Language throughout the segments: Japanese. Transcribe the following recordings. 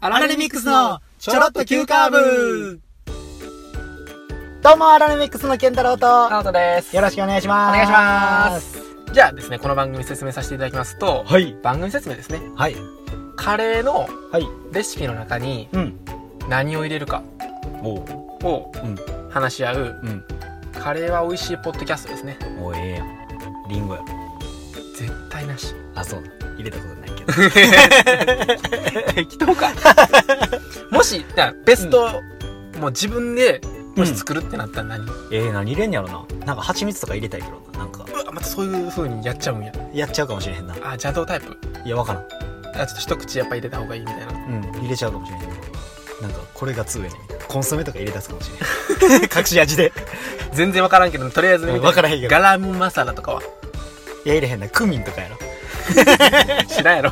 アラレミックスのちょろっと急カーブどうも、アラレミックスの健太郎と、ナオトですよろしくお願いしまおす。願いします。じゃあですねこの番組説明させていただきますとはい。番組説明ですねはい。カレーのはい。レシピの中にうん。何を入れるかおう。をうん話し合ううん。カレーは美味しいポッドキャストですねもうええやん。リンゴやろ。絶対な しあ、そうな。入れたことないけど。 適当かもしじゃあベスト、もう自分でもし作るってなったら何、うええ、何入れんやろな。なんか蜂蜜とか入れたいけどな。なんか、わまたそういう風にやっちゃうんややっちゃうかもしれへんな。あ邪道タイプいや、わからん。あちょっと一口やっぱ入れた方がいいみたいなうん、入れちゃうかもしれへんけど。なんか、これが強いね。コンソメとか入れ出すかもしれ へん。隠し味で。全然分からんけどとりあえず見てうん分からへんけどガラムマサラとかはいや、入れへんな。クミンとかやろ。知らんや ろ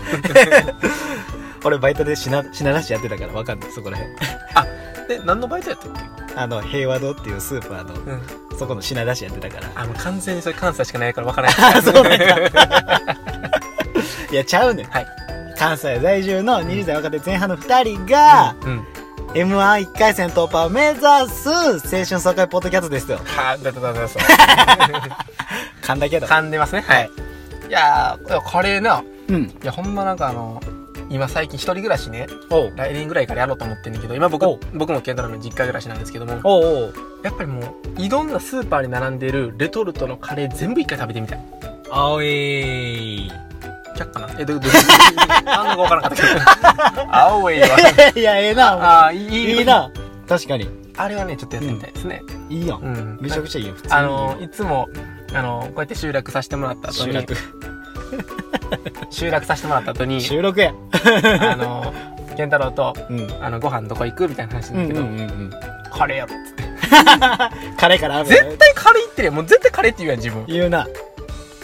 俺、バイトで品、品出しやってたからわかんない。そこらへん。で何のバイトやったっけ、あの、平和堂っていうスーパーの、うん、そこの品出しやってたから。あもう完全にそれ関西しかないから分からないそうなんいや、ちゃうねん。はい関西在住の20代若手前半の2人が、うん M11 回戦突破を目指す青春爽快ポッドキャストですよ。はだだだだそう噛んだけど。噛んでますねはいいやーカレーなうん。いやほんまなんかあの今最近一人暮らしねおう。来年ぐらいからやろうと思ってんだけど今僕おう僕も健太郎の実家暮らしなんですけどもおうおう。やっぱりもういろんなスーパーに並んでるレトルトのカレー全部一回食べてみたいあおい。却下なえどどど 何のか分からなかったけど 青いわいや、ええな。ああいいいいな。確かに。あれはねちょっとやってみたいですねいいや。うんんめちゃくちゃいいよ。普通にいいあよのいつもあのこうやって集落させてもらった後収に録。集落させてもらった後に収録や。あの健太郎とうん。あのご飯どこ行くみたいな話なんだけど、うんうん。カレーやろっつってカレーから絶対カレー行ってるやんもう絶対カレーって言うやん自分言うな。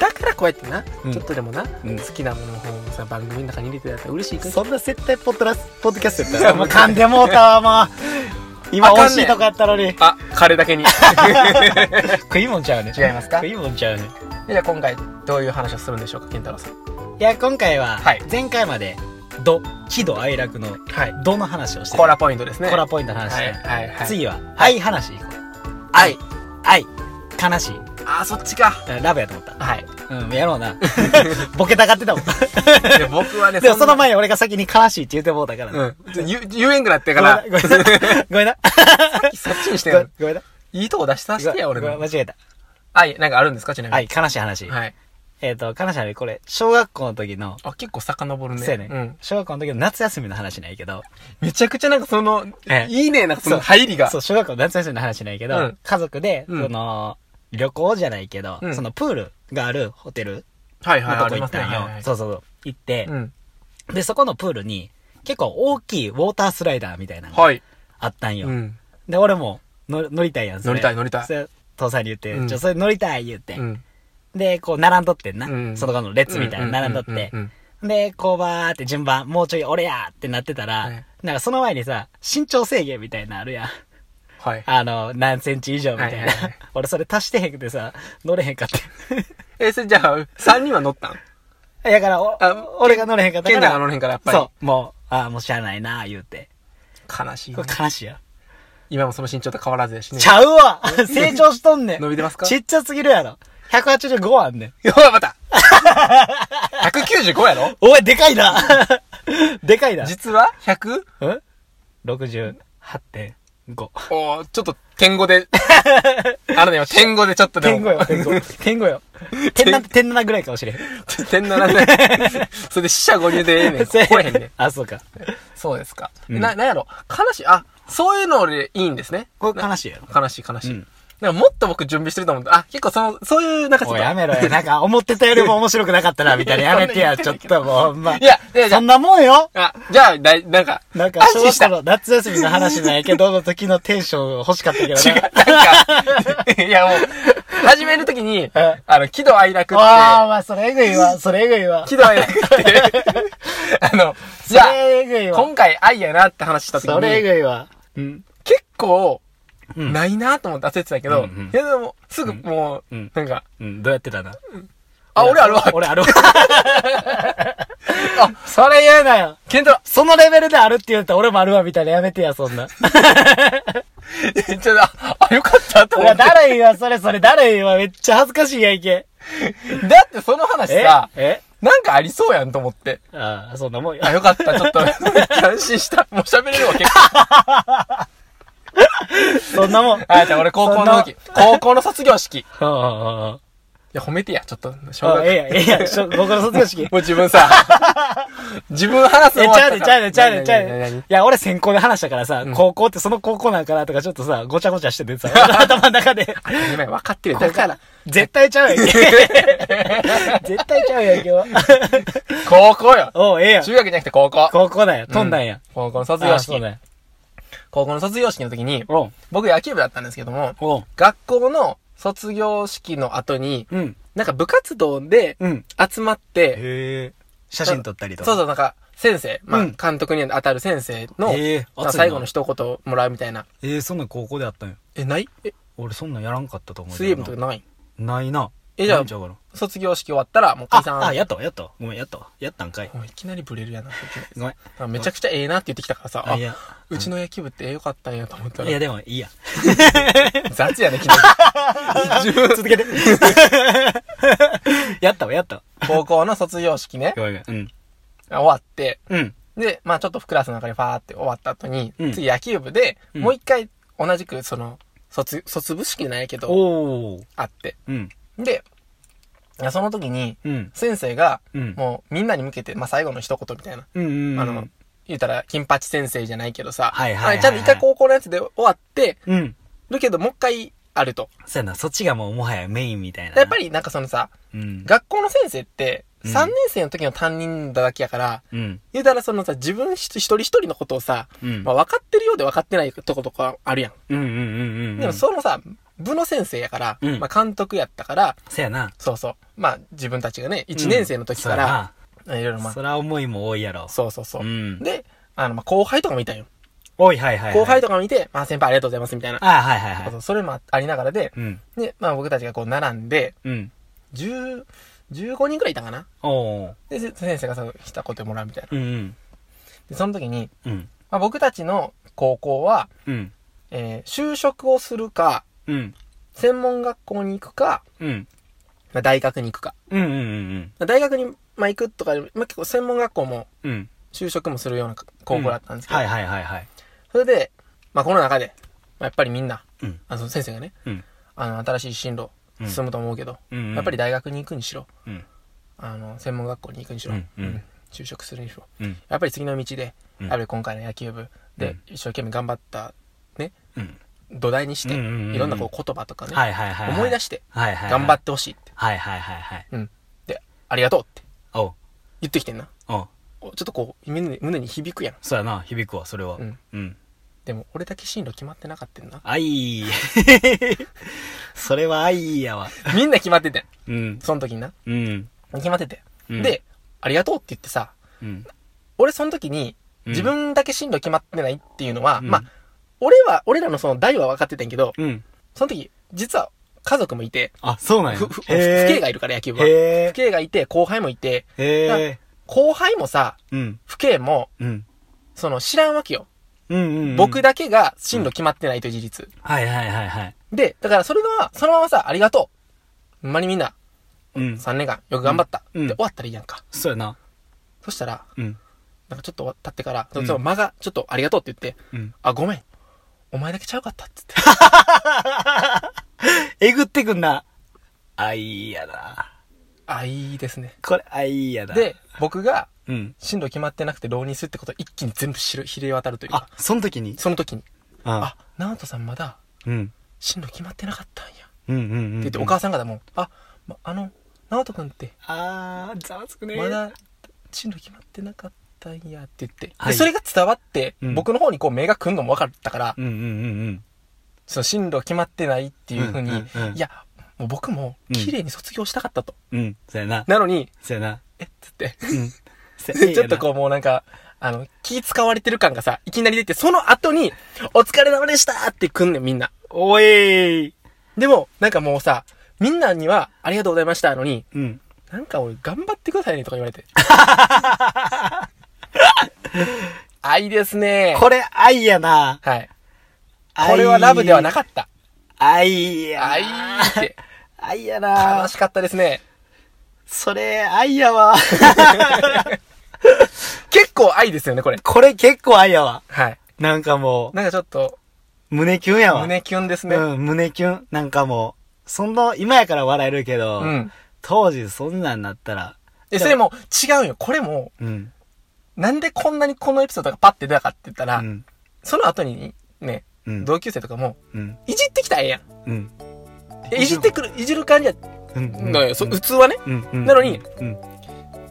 だからこうやってな、うんちょっとでもな、うん好きなものの方をさ番組の中に入れてやったら嬉しいかそんな絶対ポッドラス、ポッドキャストやったいやら。ももうう噛んでもうたわ、も う。今、あかんね惜んしいとこやったのに。あカレーだけに 食いもんちゃうね。違いますか食いもんちゃうね。じゃあ今回どういう話をするんでしょうか健太郎さんいや、今回ははい、前回まで、ど、喜怒哀楽の、はいどの話をしてたコーラポイントですねコラポイントの話はいね。はいはい次は、愛話いこう。愛。愛。悲しい。あーそっちかあラブやと思っはいた。うん、やろうな。 ボケたがって たもん。で僕はねでもそんなの前に俺が先に悲しいって言ってもうたからうな。ん言う言えんぐなってごかめんなら、ごめんな。ごめんな。 そっちにしてごよ ごめんな。いいとこ出しさせてや、俺ごめんの。間違えた。はい、なんかあるんですかちなみはいに。、悲しい話。はい。えっ、と、悲しい話、これ、小学校の時の、あ、結構遡るね。そうやね、ん。小学校の時の夏休みの話ないけど、めちゃくちゃなんかそのえ、えいいね、なんかそのそう入りが。そう、小学校の夏休みの話ないけど、うん家族で、うんその、旅行じゃないけど、うんそのプールがあるホテルはいはい、のあとこり行まっすね。たんよ。はいはいそうそうそう。行って、うん。で、そこのプールに、結構大きいウォータースライダーみたいなのがはい。あったんよ。うん。で、俺もの乗りたいやん、それ乗りたい乗りたいそれ父さんに言って、うんじゃあそれ乗りたい言って、うん。で、こう並んどってんな。うんその後の列みたいなの並んどって、うんうんで、こうばーって順番、もうちょい俺やーってなってたら、はいなんかその前にさ、身長制限みたいなのあるやん。はい。あの、何センチ以上みたいな。はいはいはい俺それ足してへんくてさ、乗れへんかって。え、それじゃあ、3人は乗ったん だからおあ俺が乗れへんかった健か太が乗ら。れへんから、やっぱそう、もう、ああ、もうしゃあないなー言うて。り。悲しいねこ。れ悲しいや。今もその身長と変わらずやしねち。ゃ うわ成長しとんねん。伸びてますかちっちゃすぎるやろ。185あんねん。 うわ、ま た !195 やろおい、でか いなでかいな。実は 100? うん ?68.5。おーちょっと、点語で。 あのね、今点語でちょっとでも。天狗よ、天狗。天狗よ。天なんて天7ぐらいかもしれ ん。 点のなんで。それで死者五入でええねん。来えへんねん。あ、そうか。そうですか。うんな、なんやろ。悲しい。あ、そういうのでいいんですね。これ悲しいや ろ。悲しい悲しい。うんなんかもっと僕準備してると思うんだ。あ、結構その、そういう、なんかちょっおと。い、やめろよ。なんか、思ってたよりも面白くなかったな、みたいな。やめてや、ちょっともう、ほんま。いやいやいやそんなもんよ あ、じゃあ、だい、なんか、なんか、安小心した。違う。学校の夏休みの話ないけど、の時のテンション欲しかったけどな。なんか、 いやもう、始めるとき にえ、あの、喜怒哀楽って、ああ、まあ、それえぐいわ。それえぐいわ。喜怒哀楽 って、あの、そじゃあ、れえぐいわ。今回愛やなって話したときそれえに、ぐいわ。うん。結構、うんないなと思って焦ってたけど、うんうんいやでも、すぐもう、うんなんか、うん、どうやってたな。あ、俺あるわ。俺あるわ。あ、それ言うなよ。ケンタロそのレベルであるって言ったら俺もあるわみたいなやめてや、そ んな。ウ。 ちょっと、あ、あよかったとう思わ、って。だるいわ、それそれ、だるいわ、めっちゃ恥ずかしいやんけ。だってその話えさ、えなんかありそうやんと思って。ああ、そんなもんよあ、。よかっ た。ちょっと、めっちゃ安心した。もう喋れるわ、結構。そんなもん。うん あ、じゃあ俺高校の時、高校の卒業式。いうんうんうんや、褒めてや、ちょっと、小あ学ええやん、ええやん、しょ僕の卒業 式。もう自分 さ、自分話すえ、ちのゃうで、ちゃうで、ちゃうで、ねちゃうで。いや、俺先行で話したからさ、高校ってその高校なんかなとかちょっとさ、ごちゃごちゃしててさ、 俺の頭の中で。ね。分かってる。だから、絶対ちゃうや んけ。絶対ちゃうやんけ、今日。高校よ。おう、ええやん中。学じゃなくて高校。高校なんや、飛んだんや。高校の卒あ業あそう式だ。よ。高校の卒業式の時に、おう、僕野球部だったんですけども、おう、学校の卒業式の後に、うん、なんか部活動でうん。集まって、へえ。写真撮ったりとか。そうそう、なんか、先生、まうあ、ん監督に当たる先生の、へえまあ熱いな最後の一言をもらうみたいな。えー、そんなん高校であったんよ。え、ないえ、俺そんなんやらんかったと思うけ水泳ど部な。とかないないな。えじゃあないんちうかな卒業式終わったら、もう解散。あ、あ、やったわ、やったわ。ごめん、やったわ。やったんかい。もういきなりブレるやな。ごめん。あめちゃくちゃええなって言ってきたからさ、ああい、や、うちの野球部ってええよかったんやと思ったいや、ら、でもいい や。雑やね、 昨日。続けて。やったわ、やったわ。高校の卒業式ね、ごめん、ごめん。終わって、うん。うん。で、まあちょっとクラスの中でファーって終わった後に、うん次野球部で、うんもう一回同じくその、卒、卒部式なんやけど、おー。あって。うん。で、いやその時に、うん。先生が、うん。もうみんなに向けて、まあ最後の一言みたいな。うんうんうん。あの、言うたら、金八先生じゃないけどさ、はいはいはいはいあちゃんと一回高校のやつで終わってうん。るけど、もう一回あると。そうやな、そっちがもうもはやメインみたいな。やっぱりなんかそのさ、り、うん。学校の先生って、うん3年生の時の担任だだけやから、うん。言うたらそのさ、自分一人一人のことをさ、うん。まあ、分かってるようで分かってないとことかあるやん。うんうんうんうん。でもそのさ、部の先生やから、うんまあ監督やったから、そやな。そうそう。まあ自分たちがね、1年生の時から、いろいろうん、まそあ、ら、そら思いも多いやろ。そうそうそうう。ん。で、あの、まあ後輩とか見たんよ。おい、はいはい、はい。後輩とか見て、まあ先輩ありがとうございますみたいな。ああ、はいはいそはうそれもありながらで、い。うん。で、まあ僕たちがこう並んで、うん。 10、15人くらいいたかな。おー。で、せ先生がさ、一言もらうみたいな。うんうん。で、その時に、うん。まあ、僕たちの高校は、うん。えー就職をするか、うん。専門学校に行くか、うん。まあ、大学に行くか。うんうんうんまあ大学に、まあ、行くとか、まあ、結構専門学校もうん。うん。就職もするような高校だったんですけど、はいはいはいはい。それで、まあ、この中で、まあ、やっぱりみんな、うんあの先生がね、うんあの新しい進路うん進むと思うけど、うんうんやっぱり大学に行くにしろ、うんあの専門学校に行くにしろ、うんうん就職するにしろ、うんやっぱり次の道で、うんやっぱり今回の野球部で一生懸命頑張った、ね、うん土台にして、うんうんうんうんいろんなこう言葉とかね、はいはいはい。思い出しして、はいはい。。頑張っててほしいって、はいはいはいはい。うん。で、ありがとうっておう。言ってきてんな。おう。おちょっとこう、胸に胸に響くやん。そうやな、響くわ、それは。うん。うん。。でも、俺だけ進路決まってなかったんなあい。 それはあいやわ。みんな決まっててん。うん。その時にな。うん。決まってて。うんで、ありがとうって言ってさ、うん。俺その時に、うん自分だけ進路決まってないっていうのは、うんまあ、俺は、俺らのその代は分かってたんやけど、うん。その時、実は家族もいて、あ、そうなんや。ふ、ふ、父へー兄がいるから野球部は。へ父兄がいて、後輩もいて、え。へえ。後輩もさ、うん。父兄も、うん。その知らんわけよ。うんうんうん。僕。だけが進路決まってないという事実。はいはいはいはい。で、だからそれは、そのままさ、ありがとう。ほんまにみんな、うん。 3年間よく頑張った。うんうんで、終わったらいいやんか。そうやな。そしたら、うん。なんかちょっと経ってから、うんその間が、ちょっとありがとうって言って、うん。あ、ごめん。お前だけちゃうかったっつって。 えぐってくんな。あいやな。あ、いいですね。これ、あいやな。、で、僕が、うん。進路決まってなくて浪人するってことを一気に全部知る、ひれ渡るというあか、、その時にその時に、ああ、ナートさんまだ、うん。進路決まってなかったんや。ってうんうんうん。言って、お母さん方も、あ、まあの、ナートくんって、あー、ざわつくね。まだ、進路決まってなかったんやって言って。はで、いそれが伝わって、うん僕の方にこう目が来んのも分かったから、うんうんうんその進路決まってないっていうふうに、うんうんうんいや、もう僕も綺麗に卒業したかったと。うん。うん。そうやな。なのに、そうやな。えっつって、 うん。そうやちょっとこうもうなんか、あの、気使われてる感がさ、いきなり出て、その後に、お疲れ様でしたって来んねん、みんな。おいでも、なんかもうさ、みんなには、ありがとうございましたのに、うん。なんか俺、頑張ってくださいねとか言われて。愛ですね。これ愛やな。はい。これはラブではなっかった。た。愛や。愛って。愛や楽な。しかったですね。それ、愛やわ。結構愛ですよね、これ。これ結構愛やわ。はい。なんかもなんかちょっと、う、胸キュンやわ。胸キュンですね。うん。うん、胸キュン。なんかもう、そんな、今やから笑えるけど、当時そんなんなったら、で、それも違うんよ。これも、うん。なんでこんなにこのエピソードがパッて出たかって言ったうら、ん。その後にね、うん。同級生とかも、うん。いじってきたらええやん。うん。えいじってくる、いじる感じやうん。のよ。そうん普通はね。うん。うんなのに、うん。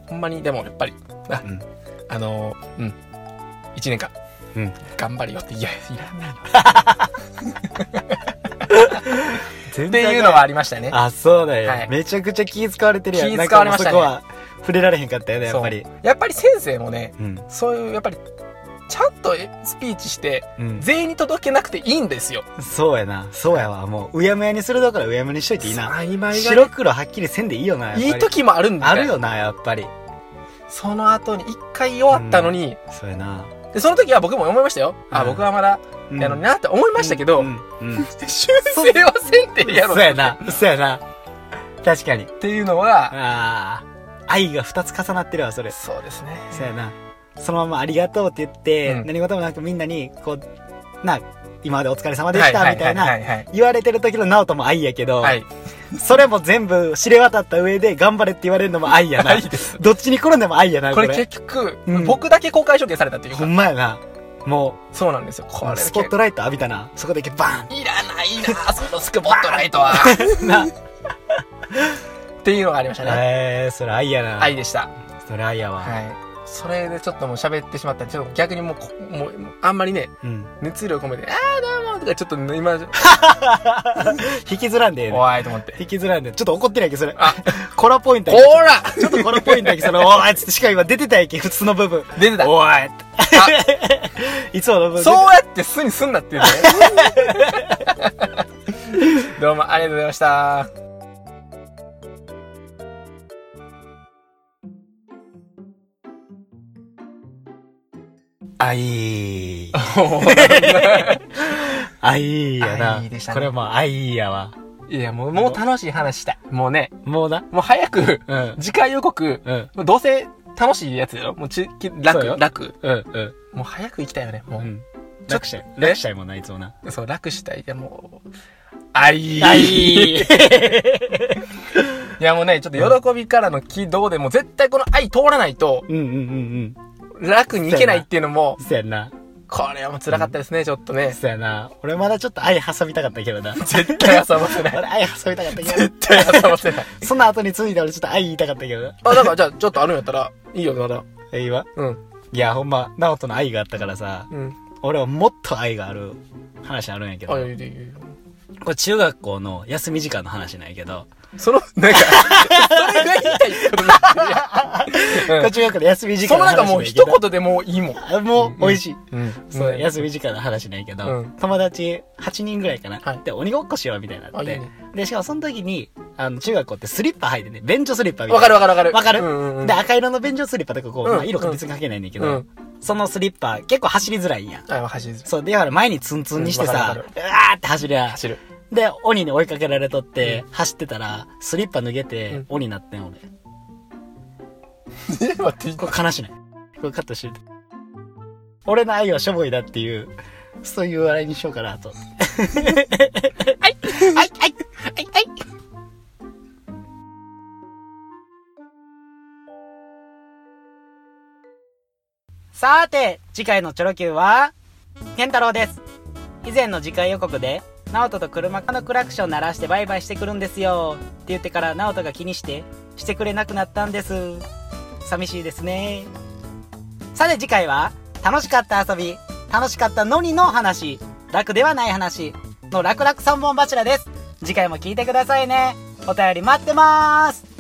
ほんまに、でもやっぱり、あうん、あのー、うん。一年間、うん。頑張るよって、いや、いらない。っ全ていうのはありましたね。あ、そうだよ、はいめちゃくちゃ気使われてるやん。気使われましたねなんかもうそこは、触れられへんかったよね、やそっうぱり。。やっぱり先生もね、うん。そういう、やっぱり、ちゃんとスピーチして、うん。全員に届けなくていいんですよ。そうやな。そうやわ。もう、うやむやにするだからうやむやにしといていいな。曖昧がね白黒はっきりせんでいいよな、やっぱり。いい時もあるんだあるよな、やっぱり。その後に一回弱ったのに、そうやな。で、その時は僕も思いましたよ。あ、うん僕はまだ、うんやのになって思いましたけど、うん。 うん。うん修正はせんてやろそうやな。そうやな。確かに。っていうのは、ああ。愛が二つ重なってるわ、それ。そうですね。そうやな。そのままありがとうって言って、うん何事もなくみんなに、こう、な、今までお疲れ様でした、みたはいな、いはい言われてる時のナオトも愛やけど、はい。それも全部知れ渡った上で頑張れって言われるのも愛やはな。い。いいです。どっちに転んでも愛やな、ここれれ。結局、うん僕だけ公開処刑されたというほか、んまやな。もそうなんですよ。これう、スポットライト浴びたな。そこだけバいらないなぁ、そのスポットライトは。っーン な。ていうのがありましたね。えー、それ愛やな。愛でした。それ愛やわ。はい。それでちょっともう喋ってしまったんで、ちょっと逆にもうこ、もう、もうあんまりね、うん。熱量込めて、あーどうもとかちょっと今、引きずらんでええね怖いと思って。 引きずらんで。ちょっと怒ってないけど、それ。あ、コラポイントこやけどらちょっとこのポイントだけ その、おーいっつって、しかも今出てたやけ、普通の部分。出てた。おーい って。いつもの部分。そうやって巣にすんなっていうね。 どうもありがとうございました。あいー。あいーやな。あいーでしたねこれもうあいーやわ。 いや、もう、もう楽しい話したい。もうね、もうな。もう早く、うん。次回予告、うん。もうどうせ楽しいやつだろもうち、きそう楽、よ楽。うん。うん。もう早く行きたいよね、もうう。ん。楽したい。ね楽したいもんな、いつもな。そう、楽したい。いや、もう、あ いーあいー。いや、もうね、ちょっと喜びからの軌道でもう絶対この愛通らないと、うんうんうん楽に行けないっていうのもうん。、そやな。これはもう辛かったですね、ちょっとね。そやな。俺まだちょっと愛挟みたかったけどな。絶対遊ばせない。俺愛挟みたかったけ絶対遊ばせない。ど。その後について俺ちょっと愛言いたかったけどな。あ、だからじゃあ、ちょっとあるんやったら、いいよ、まだ。え、今うん。いや、ほんま、ナオトの愛があったからさ。うん。俺はもっと愛がある話あるんやけどあ、いいよいいよいいよ。これ中学校の休み時間の話なんやけど、その、なんか、それが言いたいことなんこだれ中学校の休み時 そ間のの話なんかなんもうやけど一言でもういいもん。あもう美味しい、うん。そううん休み時間の話なんやけど、うん友達8人ぐらいかな、はいで鬼ごっこしようみたいになってあいいねでしかもその時にあの中学校ってスリッパ履いてね便所スリッパみたいわかなるわかるわかる。わかうる、んうんうん。で赤色の便所スリッパとかこう、うんまあ、色が別に関係ないねんだけど、うんそのスリッパ結構走りづらいんやあ、わ走る。そうでだから前にツンツンにしてうんわかさ、るわうわーって走るやん走る。で、鬼に追いかけられとって、走ってたら、スリッパ脱げて、うん鬼になってん、俺。え、 待って。これ悲しない。これカットしてる。俺の愛はしょぼいだっていう、そういう笑いにしようかなと。はい、はい、はい、はい、はい。さーて、次回のチョロ Q は、健太郎です。以前の次回予告で、ナオトと車のクラクション鳴らしてバイバイしてくるんですよって言ってからナオトが気にして、してくれなくなったんです。寂しいですね。さて次回は、楽しかった遊び、楽しかったのにの話、楽ではない話の楽々三本柱です。次回も聞いてくださいね。お便り待ってます。